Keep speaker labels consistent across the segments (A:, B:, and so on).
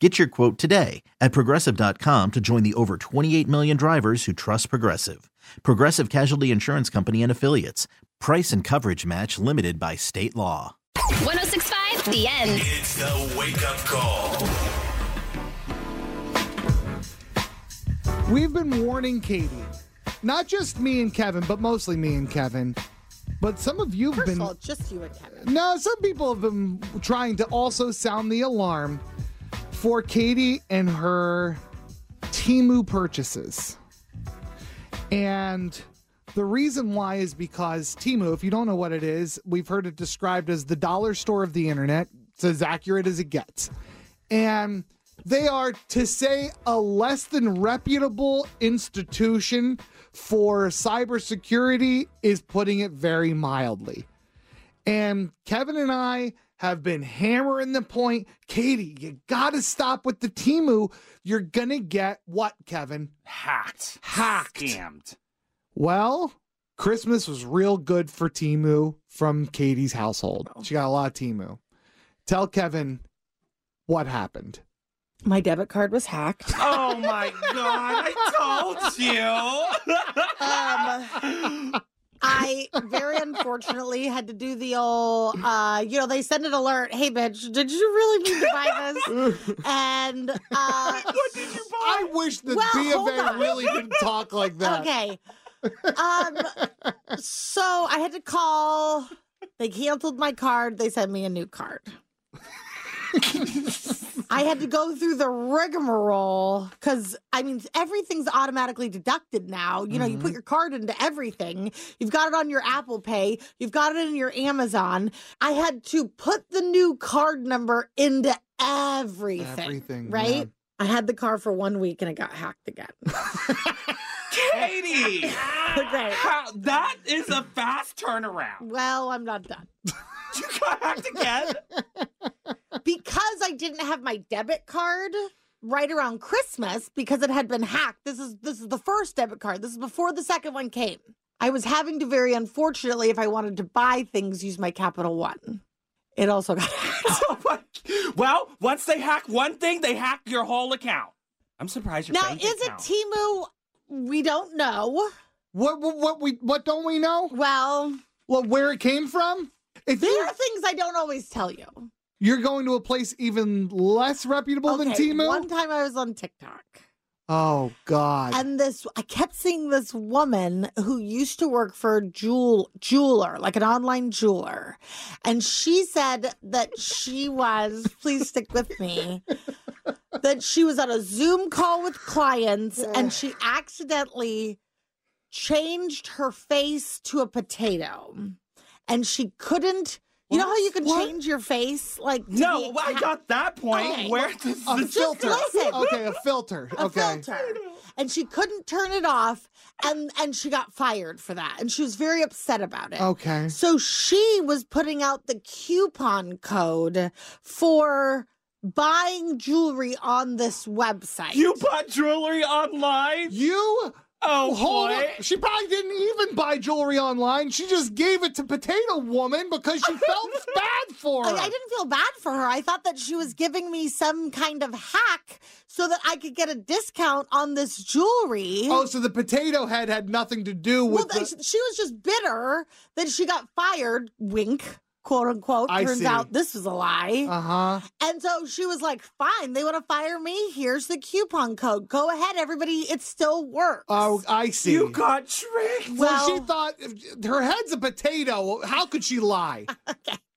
A: Get your quote today at progressive.com to join the over 28 million drivers who trust Progressive. Progressive Casualty Insurance Company and Affiliates. Price and coverage match limited by state law.
B: 1065, the end.
C: It's the wake up call.
D: We've been warning Katie, not just me and Kevin, but mostly me and Kevin. But some of you've
E: First
D: been
E: of all, just you and Kevin.
D: no, some people have been trying to also sound the alarm for Katie and her Timu purchases. And the reason why is because Timu, if you don't know what it is, we've heard it described as the dollar store of the internet. It's as accurate as it gets. And they are, to say, a less than reputable institution for cybersecurity is putting it very mildly. And Kevin and I have been hammering the point. Katie, you got to stop with the Timu. You're going to get what, Kevin?
F: hacked,
D: Hacked.
F: scammed.
D: Well, Christmas was real good for Timu from Katie's household.
F: Oh.
D: She got a lot of Timu. Tell Kevin what happened.
E: My debit card was hacked.
F: Oh my god! I told you.
E: I very unfortunately had to do the old, uh, you know, they send an alert. Hey, bitch, did you really mean to buy this? And uh,
D: I wish that
E: Well,
D: B
E: hold
D: of A
E: on.
D: really didn't talk like that.
E: okay, um, so I had to call. They canceled my card. They sent me a new card. I had to go through the rigmarole because I mean everything's automatically deducted now. You know, you
D: Mm-hmm.
E: put your card into everything. You've got it on your Apple Pay. You've got it in your Amazon. I had to put the new card number into everything.
D: Everything,
E: right?
D: yeah.
E: I had the car for one week and it got hacked again.
F: Katie,
E: okay.
F: how, that is a fast turnaround.
E: Well, I'm not done.
F: You got hacked again.
E: because I didn't have my debit card right around Christmas because it had been hacked. This is this is the first debit card. This is before the second one came. I was having to very unfortunately, if I wanted to buy things, use my Capital One. It also got hacked.
F: Oh my- well, once they hack one thing, they hack your whole account. I'm surprised your
E: now,
F: bank
E: is it
F: account.
E: Timu? We don't know.
D: What, what what we what don't we know?
E: Well,
D: Well, where it came from? If
E: there
D: you,
E: are things I don't always tell you.
D: you're going to a place even less reputable than
E: Okay,
D: Timu.
E: One time I was on TikTok.
D: Oh God.
E: and this I kept seeing this woman who used to work for a jewel jeweler, like an online jeweler, and she said that she was. please stick with me. That she was on a Zoom call with clients and she accidentally changed her face to a potato, and she couldn't. You know how you can
D: What?
E: change your face, like to
F: No,
E: be
F: well, I
E: exact-
F: got that point.
E: Okay. Oh,
F: Where does
D: a
F: the
D: filter.
E: listen.
D: Okay, a filter.
E: a
D: okay.
E: filter and she couldn't turn it off and and she got fired for that and she was very upset about it
D: Okay.
E: so she was putting out the coupon code for buying jewelry on this website
F: you bought jewelry online?
D: You
F: Oh
D: hold
F: boy!
D: on. She probably didn't even buy jewelry online. She just gave it to Potato Woman because she felt bad for her.
E: I, I didn't feel bad for her. I thought that she was giving me some kind of hack so that I could get a discount on this jewelry.
D: Oh, so the potato head had nothing to do
E: well,
D: with
E: th-
D: the.
E: she was just bitter that she got fired. Wink. quote unquote.
D: I
E: Turns
D: see.
E: out this was a lie.
D: Uh huh.
E: And so she was like, fine, they want to fire me. Here's the coupon code. Go ahead, everybody. It still works.
D: Oh, I see.
F: You got tricked.
D: well, she
E: Well-
D: thought her head's a potato. How could she lie?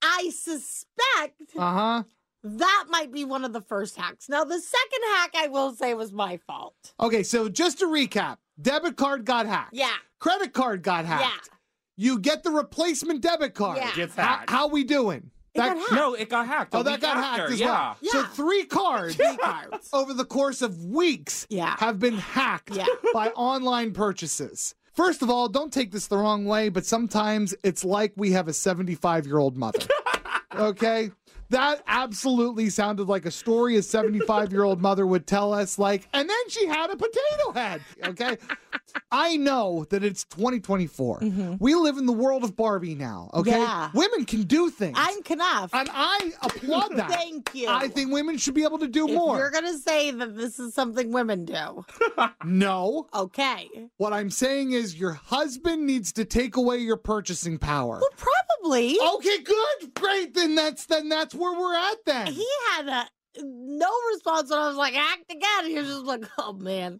E: I suspect
D: Uh huh.
E: that might be one of the first hacks. Now, the second hack I will say was my fault.
D: Okay, so just to recap debit card got hacked.
E: Yeah.
D: Credit card got hacked.
E: Yeah.
D: You get the replacement debit card.
E: Yeah.
F: Gets
D: How,
F: hacked.
D: how we doing?
E: It got hacked.
F: No, it got hacked.
D: Oh,
F: a
D: that
F: week
D: got
F: after,
D: hacked as
F: yeah.
D: well. So
E: Yeah.
D: three cards over the course of weeks
E: Yeah.
D: have been hacked
E: Yeah.
D: by online purchases. First of all, don't take this the wrong way, but sometimes it's like we have a 75 year old mother. okay? That absolutely sounded like a story a 75 year old mother would tell us, like, and then she had a potato head. Okay? I know that it's 2024. We live in the world of Barbie now. Okay?
E: Mm-hmm. Yeah.
D: Women can do things.
E: I'm Knopf.
D: And I applaud that.
E: Thank you.
D: I think women should be able to do
E: If
D: more.
E: You're going to say that this is something women do.
D: no.
E: Okay.
D: What I'm saying is your husband needs to take away your purchasing power.
E: Probably.
D: Okay, good. Great. Then that's then that's where we're at then.
E: He had a. No response when I was like, act again. He was just like, oh man.